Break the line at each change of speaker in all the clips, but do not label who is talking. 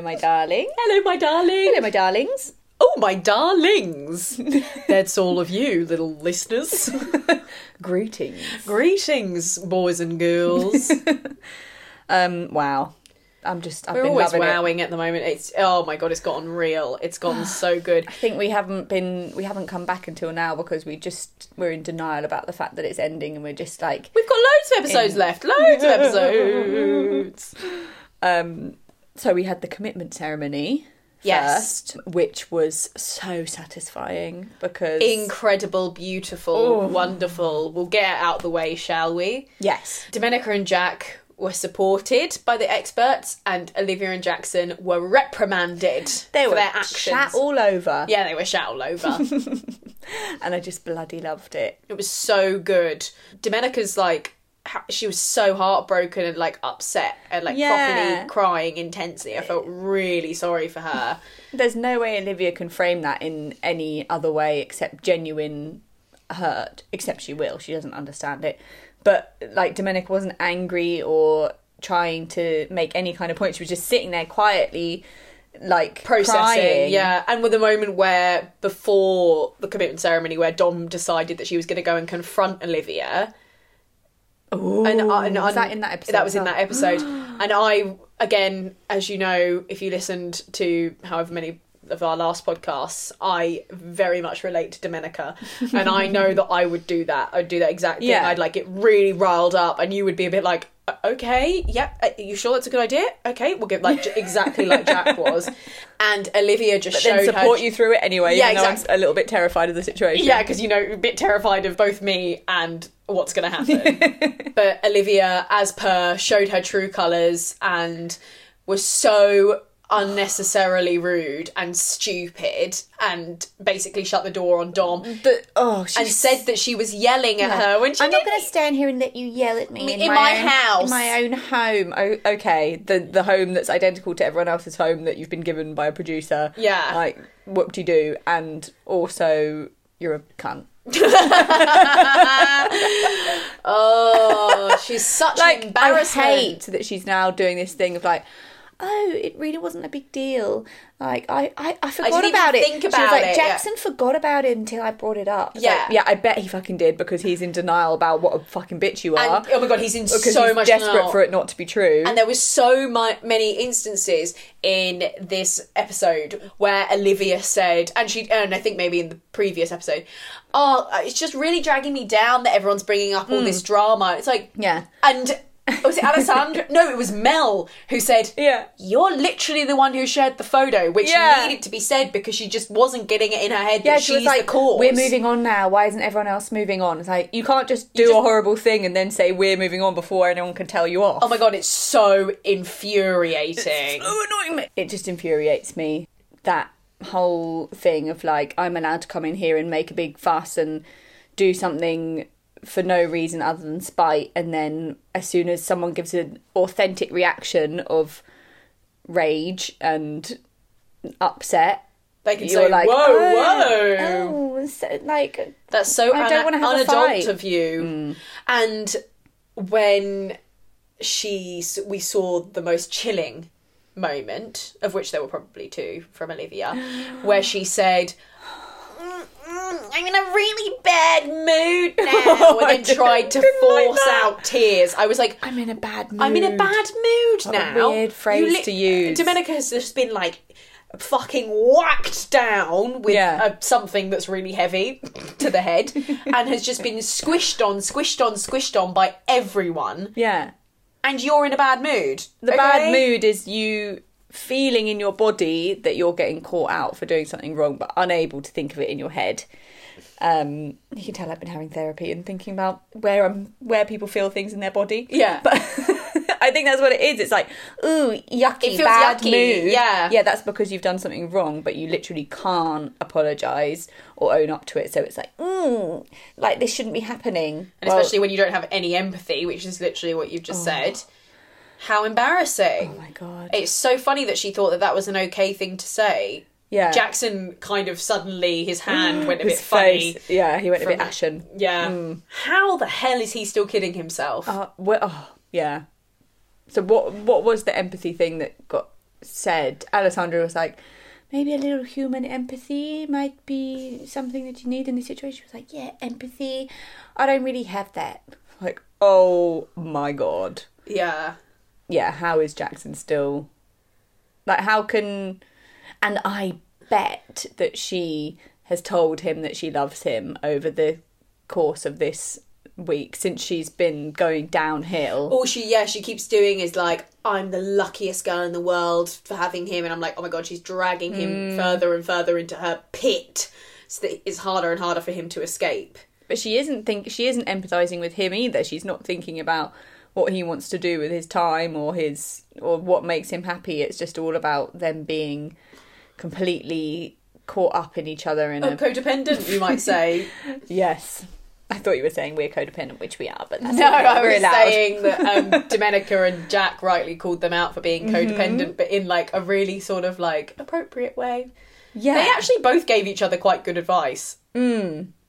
darling.
Hello, my darling.
Hello, my darlings.
Oh, my darlings. That's all of you, little listeners.
Greetings.
Greetings, boys and girls.
Um, wow. I'm just, I've
We're
been
always
loving it.
wowing at the moment. It's oh my god, it's gotten real. It's gotten so good.
I think we haven't been, we haven't come back until now because we just, we're in denial about the fact that it's ending and we're just like,
We've got loads of episodes left. Loads of episodes.
um, so we had the commitment ceremony
Yes.
first, which was so satisfying because.
Incredible, beautiful,
Oh.
wonderful. We'll get it out the way, shall we?
yes.
Domenica and Jack were supported by the experts, and Olivia and Jackson were reprimanded
They
for
were
their actions.
chat all over.
yeah, they were shout all over.
And I just bloody loved it.
It was so good. Domenica's like ha- she was so heartbroken and like upset and like
Yeah.
properly crying intensely. I felt really sorry for her.
There's no way Olivia can frame that in any other way except genuine hurt. Except she will. She doesn't understand it. But like Domenica wasn't angry or trying to make any kind of point. She was just sitting there quietly, like
Processing,
crying.
yeah, and with the moment where before the commitment ceremony, where Dom decided that she was going to go and confront Olivia, and, uh, and,
was that in that episode
That was
as
in
well?
that episode, and I again, as you know, if you listened to however many of our last podcasts, I very much relate to Domenica, and I know that I would do that. I'd do that exact thing.
Yeah.
I'd like get really riled up, and you would be a bit like. "O- Okay, yep. Are you sure that's a good idea? Okay, we'll get like j- exactly like Jack was, and Olivia just
Then
showed her-
support you through it anyway.
Yeah,
even though I'm
exactly.
a little bit terrified of the situation.
Yeah, because you know, a bit terrified of both me and what's going to happen. but Olivia, as per, showed her true colours and was so unnecessarily rude and stupid and basically shut the door on Dom
The, oh, she
and said that she was yelling at her when she
I'm not
didn't.
going to stand here and let you yell at me
Me-
in,
in
my,
my
own,
house.
in my own home. Oh, okay, the the home that's identical to everyone else's home that you've been given by a producer.
Yeah.
like whoop de do, and also you're a cunt.
Oh, she's such
Like
an
I
embarrassment.
hate that she's now doing this thing of like. Oh, it really wasn't a big deal. Like I, I, I forgot
even
about it.
think
she was
about
like,
it, yeah.
Jackson forgot about it until I brought it up. It's
Yeah.
like, yeah, I bet he fucking did because he's in denial about what a fucking bitch you are.
And, oh my god, he's in
because
so
he's
much
desperate
now.
for it not to be true.
And there was so mi- many instances in this episode where Olivia said, and she, and I think maybe in the previous episode, oh, it's just really dragging me down that everyone's bringing up all this drama. It's like,
Hmm. Yeah.
and was it Alessandra? no, it was Mel who said,
Yeah.
you're literally the one who shared the photo, which
Yeah.
needed to be said because she just wasn't getting it in her head
Yeah,
that
she
she's
was like,
the cause.
"We're moving on now. Why isn't everyone else moving on?" It's like you can't just do
just-
a horrible thing and then say we're moving on before anyone can tell you off.
Oh my god, it's so infuriating.
annoying me! It just infuriates me that whole thing of like I'm allowed to come in here and make a big fuss and do something for no reason other than spite, and then as soon as someone gives an authentic reaction of rage and upset.
They can
You're
say,
like,
whoa,
"Oh,
whoa.
Oh, so, like
That's so
I don't
un-
wanna have a
unadult
fight. Mm.
of you. And when she, s- we saw the most chilling moment, of which there were probably two from Olivia, where she said, "Mm, mm, I'm in a really bad mood
Oh
now,
I
and then
didn't-
tried to
didn't like
force
that.
out tears. I was like,
I'm in a bad mood.
I'm in a bad mood
What a
now.
weird phrase to use.
Domenica has just been like fucking whacked down with
Yeah.
a, something that's really heavy to the head and has just been squished on, squished on, squished on by everyone.
Yeah.
And you're in a bad mood.
The bad mood is you feeling in your body that you're getting caught out for doing something wrong, but unable to think of it in your head. Um, you can tell I've been having therapy and thinking about where I'm, where people feel things in their body.
Yeah.
but I think that's what it is. It's like, ooh, yucky,
feels
bad
yucky,
mood.
yeah.
yeah. That's because you've done something wrong, but you literally can't apologise or own up to it. So it's like, mm, like this shouldn't be happening.
And especially when you don't have any empathy, which is literally what you've just said. How embarrassing.
oh my god,
It's so funny that she thought that that was an okay thing to say.
yeah,
Jackson kind of suddenly, his hand went a
his
bit funny.
face, yeah, he went a bit
from-
ashen.
Yeah.
Hmm.
How the hell is he still kidding
Oh.
himself?
Uh, well, oh, yeah. So what what was the empathy thing that got said, Alessandra was like, maybe a little human empathy might be something that you need in this situation. She was like, yeah, empathy. I don't really have that. Like, oh my god.
Yeah.
Yeah, how is Jackson still. Like, how can. And I bet that she has told him that she loves him over the course of this week since she's been going downhill.
All she yeah, she keeps doing is like, I'm the luckiest girl in the world for having him and I'm like, oh my god, she's dragging him
Hmm.
further and further into her pit so that it's harder and harder for him to escape.
but she isn't think she isn't empathizing with him either she's not thinking about what he wants to do with his time or his or what makes him happy it's just all about them being completely caught up in each other and
Oh, codependent, you might say.
yes i thought you were saying we're codependent which we are but that's
no,
okay,
I
we're
was
allowed.
saying that um, Domenica and Jack rightly called them out for
Mm-hmm.
being codependent, but in like a really sort of like appropriate way.
yeah Mm.
They actually both gave each other quite good advice.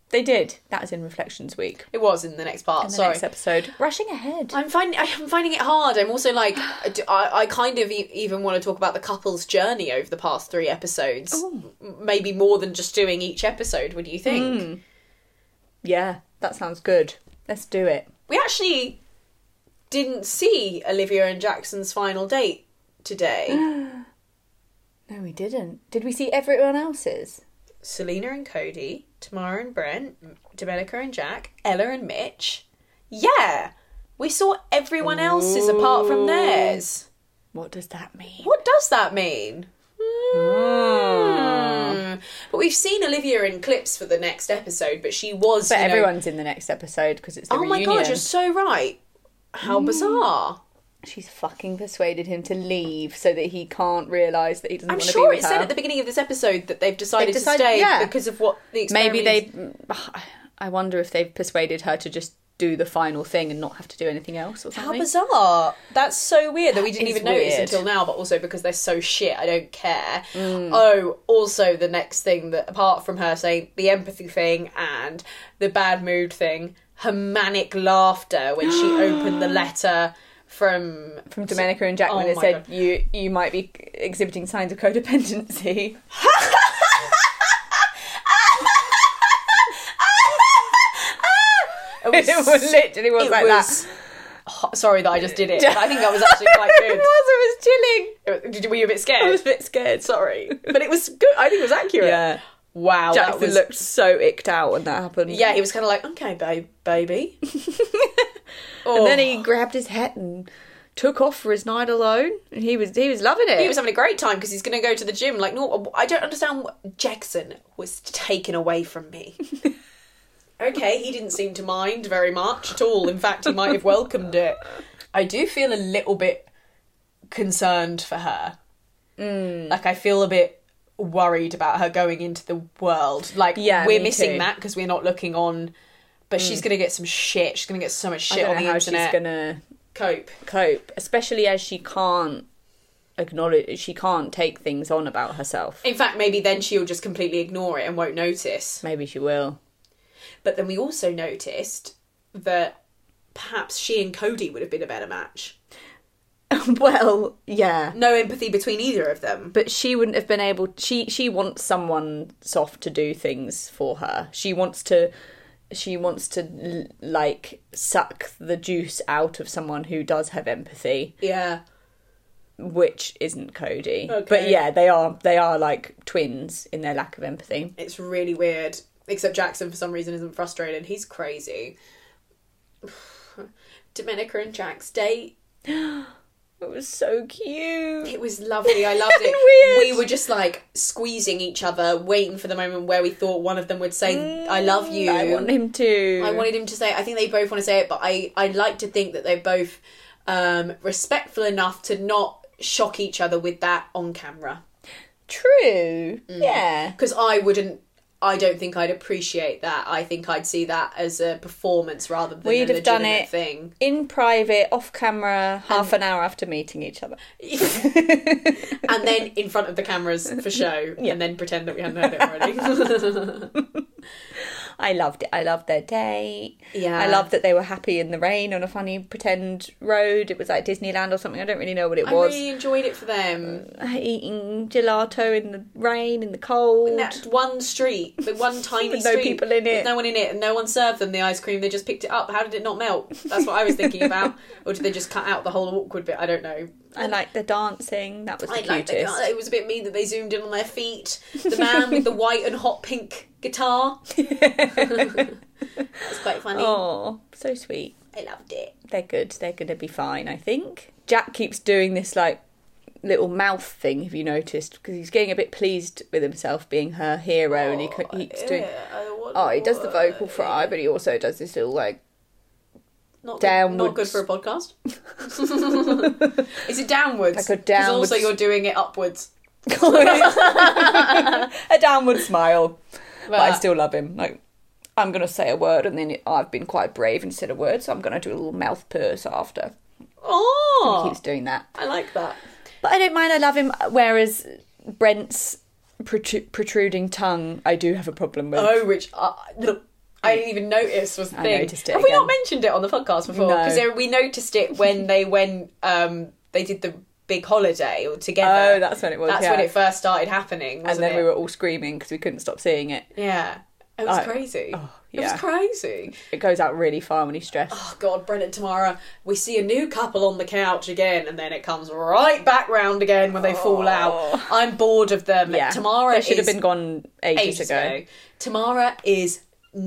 they did that was in reflections week
It was in the next part.
In the
sorry.
next episode rushing ahead
I'm finding I'm finding it hard. I'm also like d- I, I kind of e- even want to talk about the couple's journey over the past three episodes. M- Maybe more than just doing each episode. What do you think?
yeah that sounds good let's do it
We actually didn't see Olivia and Jackson's final date today.
no we didn't did we see everyone else's
Selena and Cody, Tamara and Brent, Domenica and Jack, Ella and Mitch. Yeah, we saw everyone else's apart from theirs.
what does that mean
What does that mean?
Hmm.
Mm. But we've seen Olivia in clips for the next episode, but she was.
But
you know-
everyone's in the next episode because it's the
oh my
reunion. Hmm.
god, you're so right. How bizarre!
She's fucking persuaded him to leave so that he can't realise that he doesn't
I'm
want to
sure
be
it
with
said
her.
at the beginning of this episode that they've decided,
They've decided-
to stay
yeah.
because of what the experiment
Maybe
is.
they. I wonder if they've persuaded her to just do the final thing and not have to do anything else or
How
something.
bizarre! That's so weird that we didn't
is
even notice
weird.
until now. But also because they're so shit, I don't care.
Mm.
Oh, also the next thing that apart from her saying the empathy thing and the bad mood thing, her manic laughter when she opened the letter from
From Domenica and Jack when
Oh
it
my
said
God.
you you might be exhibiting signs of codependency.
It
it
was-
was literally was
it
like
was-
that.
Oh, sorry that I just did it. but I think that was actually quite
it was. I was chilling.
good. Did- Were you a bit scared?
I was a bit scared.
sorry, but it was good. I think it was accurate.
Yeah. Oh,
Wow,
Jackson
that was
looked so icked out when that happened.
Yeah, he was kind of like, okay, ba- baby.
And then he grabbed his hat and took off for his night alone. And he was he was loving it.
he was having a great time because he's going to go to the gym. Like, no, I don't understand. What... Jackson was taken away from me. okay, he didn't seem to mind very much at all. In fact, he might have welcomed it. I do feel a little bit concerned for her.
Mm.
Like, I feel a bit worried about her going into the world. Like,
Yeah,
we're
me
missing
too. Mm.
that because we're not looking on. But she's going to get some shit. She's going to get so much
I
shit
don't
on
know
the
how
internet.
she's gonna
Cope.
cope, especially as she can't acknowledge she can't take things on about herself.
In fact, maybe then she'll just completely ignore it and won't notice.
Maybe she will.
But then we also noticed that perhaps she and Cody would have been a better match.
well, yeah.
No empathy between either of them.
But she wouldn't have been able she she wants someone soft to do things for her. She wants to she wants to l- like suck the juice out of someone who does have empathy.
Yeah.
which isn't Cody. But
Okay.
yeah, they are they are like twins in their lack of empathy.
It's really weird. Except Jackson, for some reason, isn't frustrated. He's crazy. Domenica and Jack's date.
It was so cute.
It was lovely. I loved it.
Weird.
We were just like squeezing each other, waiting for the moment where we thought one of them would say, Mm, I love you.
I want him to.
I wanted him to say. I think they both want to say it, but I I like to think that they're both um, respectful enough to not shock each other with that on camera. Mm.
True. Yeah.
Because I wouldn't. I don't think I'd appreciate that. I think I'd see that as a performance rather than
We'd
a
have done
legitimate
it.
thing.
In private, off camera, half an hour after meeting each other.
and then in front of the cameras for show, and then pretend that we hadn't heard it already.
I loved it. I loved their date.
Yeah.
I loved that they were happy in the rain on a funny pretend road. It was like Disneyland or something. I don't really know what it
I
was.
really enjoyed it for them.
Eating gelato in the rain, in the cold.
And that one street, the one tiny
With no
street,
people in it.
with no one in it, and no one served them the ice cream. They just picked it up. How did it not melt? That's what I was thinking about. Or did they just cut out the whole awkward bit? I don't know.
I liked the dancing. That was the
I liked
cutest.
it. It was a bit mean that they zoomed in on their feet. The man with the white and hot pink guitar. That's quite funny.
oh, so sweet.
I loved it.
They're good. They're going to be fine, I think. Jack keeps doing this like little mouth thing. Have you noticed? Because he's getting a bit pleased with himself being her hero, and he co- he keeps doing. Oh, he does the vocal fry, but he also does this little like
Not Good, not good
downwards.
for a podcast. Is it downwards?
Like a
'Cause Also,
downwards-
you're doing it upwards.
a downward smile. But I
But-
still love him. Like I'm gonna say a word, and then I've been quite brave and said a word, so I'm gonna do a little mouth purse after. He
Oh,
keeps doing that.
I like that.
But I don't mind. I love him. Whereas Brent's protru- protruding tongue, I do have a problem with.
Oh, which uh, look, I didn't even notice was the
I
thing.
noticed it
Have we not
again.
mentioned it on the podcast before?
No.
Because we noticed it when they went. Um, they did the big holiday all together.
Oh, that's when it was,
That's
yeah.
when it first started happening.
and
Wasn't
then
it?
we were all screaming because we couldn't stop seeing it.
Yeah, it was
I-
crazy.
oh,
It
yeah.
was crazy.
It goes out really far when he's stressed.
oh god brennan tomorrow we see a new couple on the couch again and then it comes right back round again when they fall out i'm bored of them
Oh. yeah,
tamara
they should
is
have been gone ages,
ages
ago.
ago. tamara is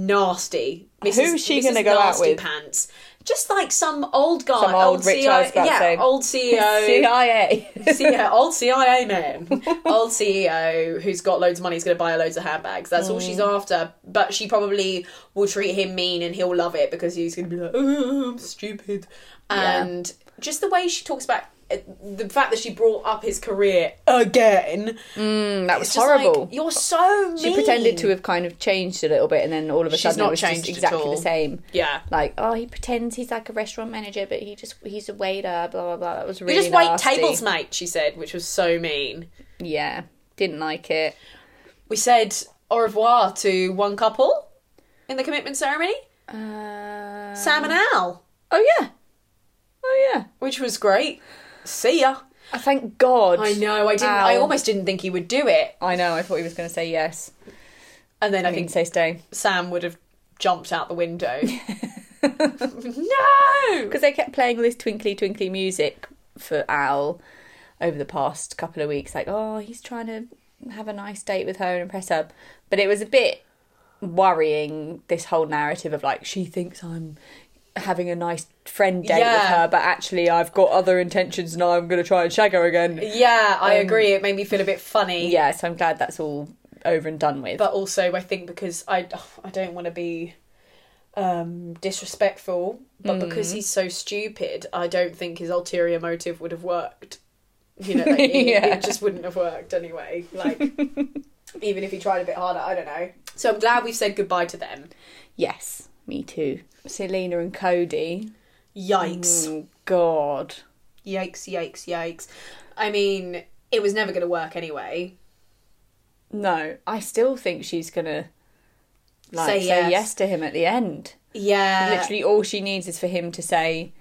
nasty Mrs.
Who's she
Mrs.
gonna go out
Nasty
with?
pants just like some old guy
Some old rich- I was about to
yeah
say.
old E ceo
CIA.
yeah, E old CIA man, old CEO who's got loads of money, is going to buy her loads of handbags. That's all she's
Mm.
after. But she probably will treat him mean, and he'll love it because he's going to be like, "Oh, I'm stupid,"
Yeah.
and just the way she talks about uh, the fact that she brought up his career again.
Mm, that was
It's just like,
horrible.
You're so. Mean.
she pretended to have kind of changed a little bit, and then all of a
She's
sudden
not
it was just
changed at
exactly
all.
the same.
Yeah.
Like, oh, he pretends he's like a restaurant manager, but he just he's a waiter. Blah blah blah. That was really
You just wait
nasty.
tables, mate. She said, which was so mean.
Yeah, didn't like it.
We said au revoir to one couple in the commitment ceremony,
Uh,
Sam and Al.
oh yeah, oh yeah.
which was great. See ya.
I thank God.
I know. I didn't. I
Ow.
almost didn't think he would do it.
I know. I thought he was going to say yes.
And then I,
I mean,
think
say stay
Sam would have jumped out the window. no.
because they kept playing all this twinkly twinkly music for Al over the past couple of weeks. Like, oh, he's trying to have a nice date with her and impress her, but it was a bit worrying. This whole narrative of like she thinks I'm having a nice friend date with
Yeah.
her, but actually I've got other intentions and I'm going to try and shag her again.
Yeah, I
Um,
agree. It made me feel a bit funny.
Yeah, so I'm glad that's all over and done with.
But also, I think because I I don't want to be um, disrespectful, but
Mm.
because he's so stupid, I don't think his ulterior motive would have worked. You know, like, it,
Yeah.
it just wouldn't have worked anyway. Like, even if he tried a bit harder, I don't know. So I'm glad we've said goodbye to them.
yes, me too. Selena and Cody.
Yikes.
Mm, God.
Yikes, yikes, yikes. I mean, it was never going to work anyway.
No, I still think she's gonna like
Say
say,
yes. Uh,
yes. to him at the end.
Yeah.
Literally, all she needs is for him to say,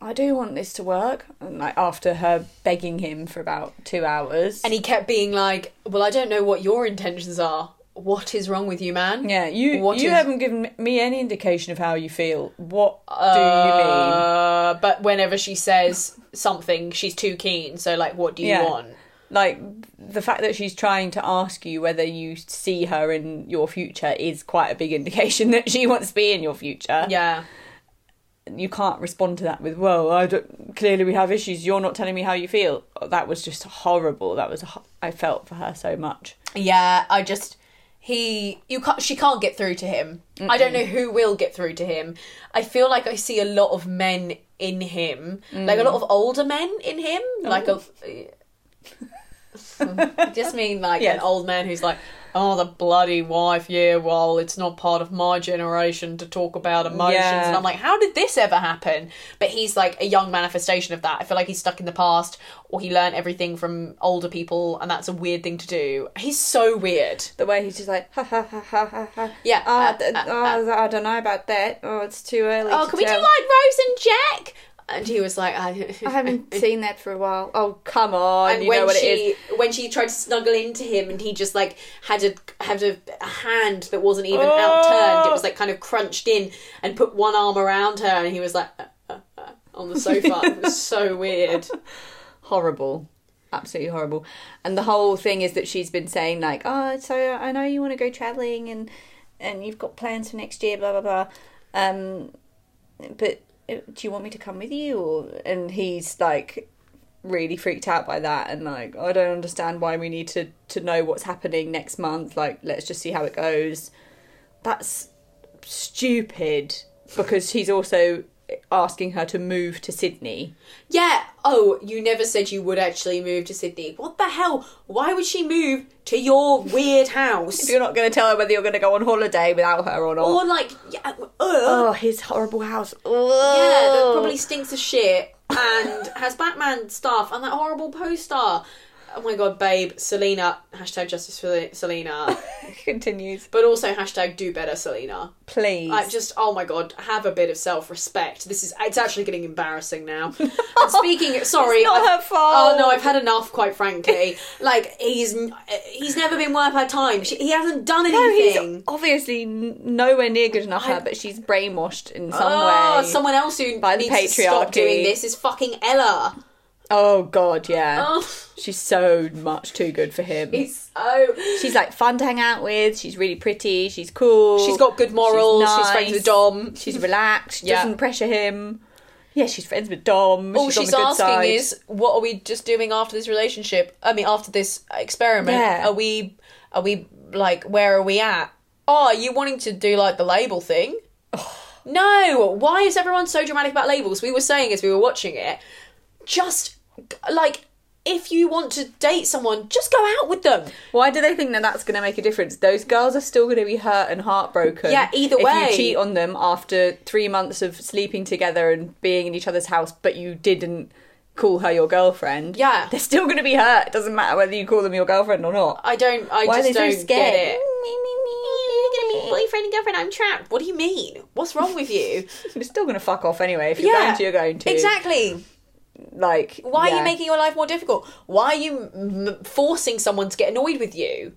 "I do want this to work," and like after her begging him for about two hours.
And he kept being like, Well, I don't know what your intentions are. What is wrong with you, man?
yeah, you
What
you
is-
haven't given me any indication of how you feel. What do you mean?
Uh, but whenever she says something, she's too keen. So, like, what do you
Yeah.
want?
Like the fact that she's trying to ask you whether you see her in your future is quite a big indication that she wants to be in your future.
Yeah.
you can't respond to that with well i don't clearly we have issues you're not telling me how you feel Oh, that was just horrible that was ho- i felt for her so much
Yeah, I just he you can't she can't get through to him. I don't know who will get through to him. I feel like I see a lot of men in him, like a lot of older men in him, Oh. like a. I just mean like
Yes.
an old man who's like, oh, the bloody wife, yeah, well, it's not part of my generation to talk about emotions.
Yeah.
And I'm like, how did this ever happen? But he's like a young manifestation of that. I feel like he's stuck in the past or he learned everything from older people, and that's a weird thing to do. He's so weird.
The way he's just like, ha ha ha ha ha ha.
Yeah,
Ah,
uh,
th-
uh,
oh, I don't know about that. Oh, it's too early.
Oh,
to
can we do like
tell.
Rose and Jack? And he was like, I,
I haven't seen that for a while. Oh, come on.
and
you
when
know what
she
it is.
when she tried to snuggle into him and he just like had a had a, a hand that wasn't even
Oh.
outturned it was like kind of crunched in and put one arm around her and he was like uh, uh, uh, on the sofa it was so weird
horrible absolutely horrible and the whole thing is that she's been saying like oh so i know you want to go traveling and and you've got plans for next year blah blah blah um but uh, do you want me to come with you or and he's like really freaked out by that and like i don't understand why we need to to know what's happening next month like let's just see how it goes that's stupid because he's also asking her to move to sydney
yeah oh you never said you would actually move to sydney what the hell why would she move to your weird house
If you're not going to tell her whether you're going to go on holiday without her or not.
or like yeah, uh,
oh, his horrible house.
Yeah,
Oh.
that probably stinks of shit and has Batman stuff and that horrible poster. Oh my god, babe, Selena, hashtag justice for Selena,
continues.
but also hashtag do better, Selena.
Please.
I just, oh my god, have a bit of self respect. This is, it's actually getting embarrassing now. And speaking, sorry.
It's not
I've-
her fault.
Oh no, I've had enough, quite frankly. like, he's n- he's never been worth her time. She, he hasn't done
No, he's
anything.
obviously n- nowhere near good enough for her, but she's brainwashed in some
Oh,
way.
someone else who
By the
needs to stop
patriarchy.
doing this is fucking Ella.
oh God, yeah.
Oh.
She's so much too good for him.
It's so.
she's like fun to hang out with. She's really pretty. She's cool.
She's got good morals. She's,
nice.
friends with Dom.
She's relaxed.
Yeah.
Doesn't pressure him. Yeah, she's friends with Dom.
All
she's,
she's,
on the good
asking
side.
is, what are we just doing after this relationship? I mean, after this experiment,
Yeah.
are we? Are we like? Where are we at? Oh, are you wanting to do like the label thing? no. Why is everyone so dramatic about labels? We were saying as we were watching it, just like if you want to date someone, just go out with them.
Why do they think that that's going to make a difference? Those girls are still going to be hurt and heartbroken.
Yeah, either
If
way.
you cheat on them after three months of sleeping together and being in each other's house, but you didn't call her your girlfriend.
Yeah.
They're still going to be hurt. It doesn't matter whether you call them your girlfriend or not.
I don't. I
Why are
just
they so
don't
scared?
get it. You're gonna be boyfriend and girlfriend. I'm trapped. What do you mean? What's wrong with you?
You're still going to fuck off anyway. If you're going to, you're going to.
Exactly.
Like,
Why are
yeah.
you making your life more difficult? Why are you m- forcing someone to get annoyed with you?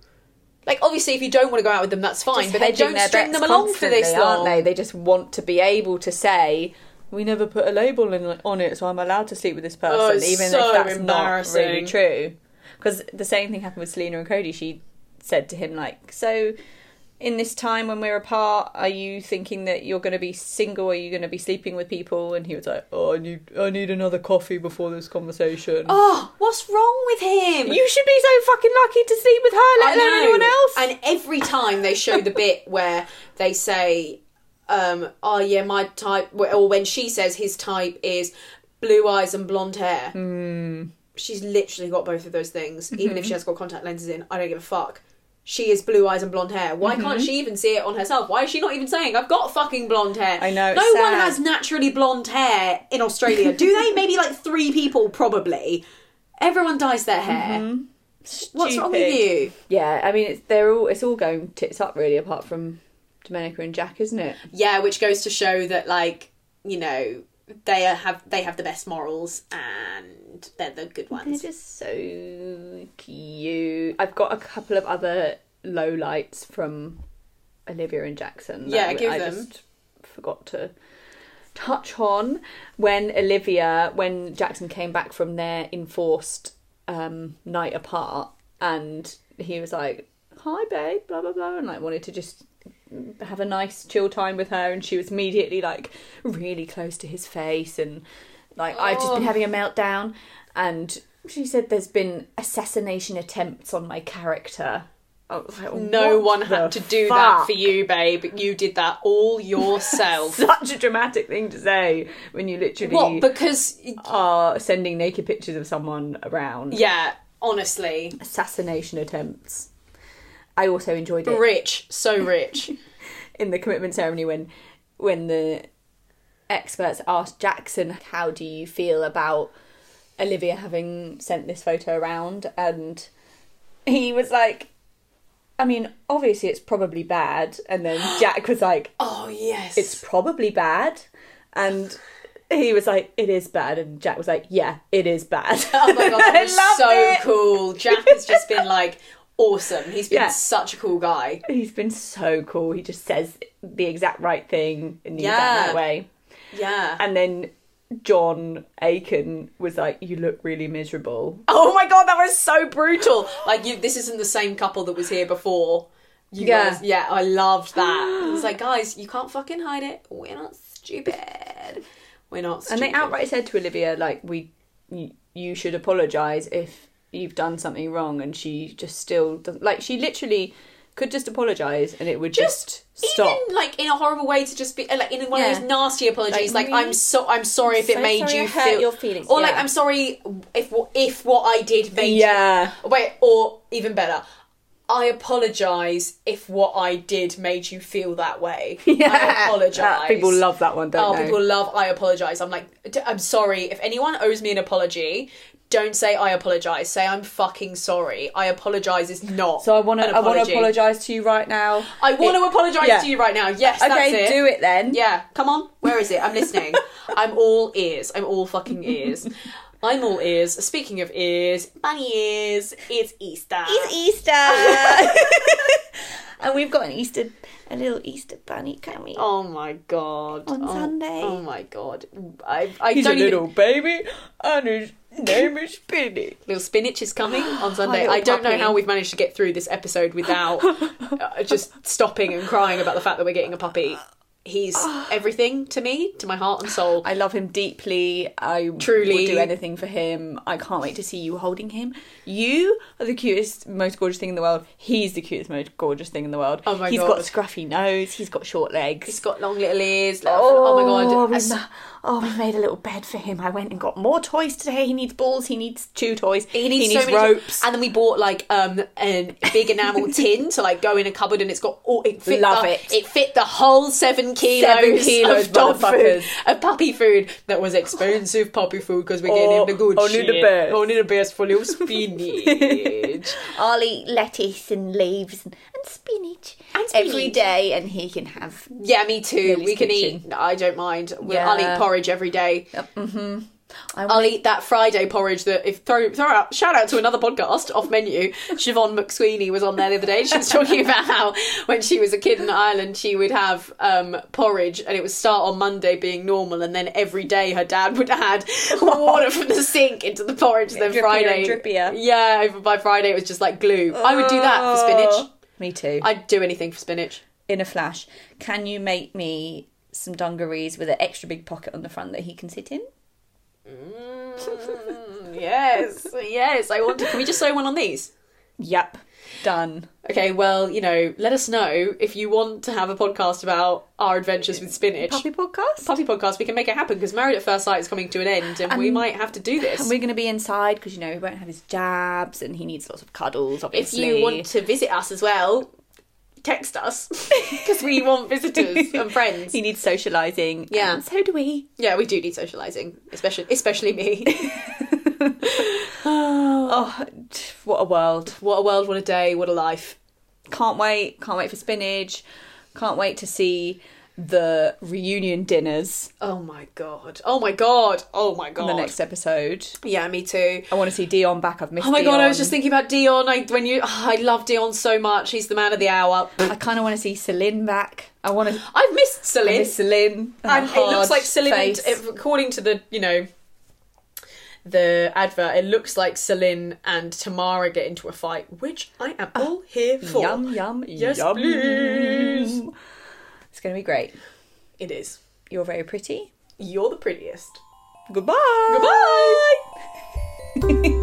Like, obviously, if you don't want to go out with them, that's fine.
Just
but then
hedging
don't
their
string
bets
them along for this
constantly,
long.
aren't they? They just want to be able to say, "We never put a label in, on it, so I'm allowed to sleep with this person,"
Oh, it's
even
so
if that's not really
embarrassing.
true. Because the same thing happened with Selena and Cody. She said to him, "Like, so in this time when we're apart, are you thinking that you're going to be single? Are you going to be sleeping with people?" And he was like, "Oh, I need, I need another coffee before this conversation."
Oh, what's wrong with him?
You should be so fucking lucky to sleep with her, let
I
alone
know.
anyone else.
And every time they show the bit where they say, um, "Oh yeah, my type," or when she says his type is blue eyes and blonde hair.
Hmm.
She's literally got both of those things, even if
Mm-hmm.
she has got contact lenses in. I don't give a fuck. She is blue eyes and blonde hair. Why
Mm-hmm.
can't she even see it on herself? Why is she not even saying, I've got fucking blonde hair?
I know, it's
No one
sad.
has naturally blonde hair in Australia, do they? Maybe like three people, probably. Everyone dyes their hair. What's wrong with
Mm-hmm. Stupid.
you?
Yeah, I mean it's they're all it's all going tits up really, apart from Domenica and Jack, isn't it?
yeah which goes to show that like you know they are, have they have the best morals and they're the good
They're
ones
just so cute. I've got a couple of other low lights from Olivia and Jackson. that
Yeah, give
I
them.
just forgot to touch on when Olivia, when Jackson came back from their enforced um, night apart, and he was like, "Hi, babe," blah blah blah, and like wanted to just have a nice chill time with her, and she was immediately like really close to his face, and like I've just been having a meltdown, and she said there's been assassination attempts on my character. I was like,
no
"What
one
the
had to do that
fuck?"
for you babe you did that all yourself
Such a dramatic thing to say when you literally
what because
are sending naked pictures of someone around.
yeah honestly
Assassination attempts. I also enjoyed it
Rich, so rich.
in the commitment ceremony when when the experts asked Jackson, "How do you feel about Olivia having sent this photo around?" and he was like, "I mean, obviously it's probably bad." And then Jack was like,
oh yes.
"It's probably bad," and he was like, "It is bad," and Jack was like, "Yeah, it is bad."
Oh my god,
I
that was
loved
so
it.
cool. Jack has just been like awesome. He's been
Yeah.
such a cool guy.
He's been so cool. He just says the exact right thing in the
Yeah.
exact right way.
Yeah.
And then John Aiken was like, "You look really miserable."
oh my god, that was so brutal. Like you this isn't the same couple that was here before. You
Yeah.
guys Yeah, I loved that. It was like, guys, you can't fucking hide it. We're not stupid. We're not
And
stupid.
they outright said to Olivia, "Like we, you, you should apologize if you've done something wrong." And she just still doesn't. Like she literally could just apologize, and it would just, stop.
Even like in a horrible way to just be uh, like in one of
Yeah.
those nasty apologies, like,
Like,
I'm so I'm sorry if it
so
made
sorry
you
I hurt
feel
your feelings,
or like
yeah.
I'm sorry if if what I did made you
yeah,
Wait, or even better, I apologise if what I did made you feel that way. I apologise.
That- Uh, People love that one,
Oh,
don't they?
people love I apologise. I'm like, "D- I'm sorry. If anyone owes me an apology, don't say I apologise. Say I'm fucking sorry. I apologise is not.
so I want to.
an
I want to
apology.
apologize to you right now.
I want to apologise
yeah.
to you right now. Yes, that's
okay,
it.
do it then.
Yeah, come on. Where is it? I'm listening. I'm all ears. I'm all fucking ears. I'm all ears. Speaking of ears, bunny ears. It's Easter.
It's E- Easter. and we've got an Easter, a little Easter bunny coming.
Oh my god.
On
Oh-
Sunday.
Oh my god. I, I
He's a
don't
little
even,
baby, and his name is Spinny.
little spinach is coming on Sunday.
little
I don't know
puppy.
how we've managed to get through this episode without uh, just stopping and crying about the fact that we're getting a puppy. He's everything to me, to my heart and soul.
I love him deeply. I
Truly.
will do anything for him. I can't wait to see you holding him. You are the cutest, most gorgeous thing in the world. He's the cutest, most gorgeous thing in the world.
Oh my
He's
God.
got a scruffy nose. He's got short
He's
legs.
got long little ears. like- oh,
Oh,
my god.
we
As-
ma- oh, we made a little bed for him. I went and got more toys today. He needs balls. He needs chew toys. He
needs so many-
ropes.
and then we bought like um a big enamel tin to like go in a cupboard, and it's got all it fit
Love
the,
it.
fit the whole seven kilos,
kilos,
of dog
motherfuckers.
food, of puppy food that was expensive puppy food because we're getting
Oh,
him the good
only the
shit.
best.
only the best for little spinach.
I'll eat lettuce and leaves and, and spinach
And
every
spinach.
day, and he can have.
yeah, me too.
Lily's
we can
kitchen.
eat. I don't mind. We'll-
Yeah. mm-hmm.
I'll eat porridge every day.
I
I'll eat that Friday porridge that if throw throw out shout out to another podcast off menu. Siobhan McSweeney was on there the other day. She was talking about how when she was a kid in Ireland she would have um, porridge and it would start on Monday being normal and then every day her dad would add water from the sink into the porridge and then
Drippier
Friday
and drippier.
Yeah, over by Friday it was just like glue. I would do that for spinach.
Oh. Me too.
I'd do anything for spinach.
in a flash, can you make me some dungarees with an extra big pocket on the front that he can sit in?
Yes, yes, I want to. Can we just sew one on these?
Yep. Done.
Okay, well, you know, let us know if you want to have a podcast about our adventures with spinach.
Puppy podcast?
Puppy podcast, we can make it happen because Married at First Sight is coming to an end and we might have to do
And
this.
we're going to be inside because, you know, he won't have his jabs and he needs lots of cuddles,
If
obviously.
you want to visit us as well, text us because we want visitors and friends.
He needs socialising.
Yeah.
And so do we.
Yeah, we do need socializing, especially especially me.
Oh, t- what a world.
what a world, what a day, what a life.
Can't wait. Can't wait for spinach. Can't wait to see the reunion dinners
Oh my god. Oh my god. Oh my
in
god.
the next episode.
Yeah, me too.
I want to see Dion back. I've missed
Oh my god, I was
Dion.
just thinking about Dion. I when you oh, I love Dion so much. He's the man of the hour.
I kind of want to see Celine back. I want to.
I've missed Celine.
Miss Celine.
and it looks like Celine,
face.
if- according to the you know the advert, it looks like Celine and Tamara get into a fight, which I am all here for.
Ah, Yum yum
Yes,
yum.
please.
It's gonna be great.
It is.
You're very pretty.
You're the prettiest.
Goodbye.
Goodbye.
Goodbye.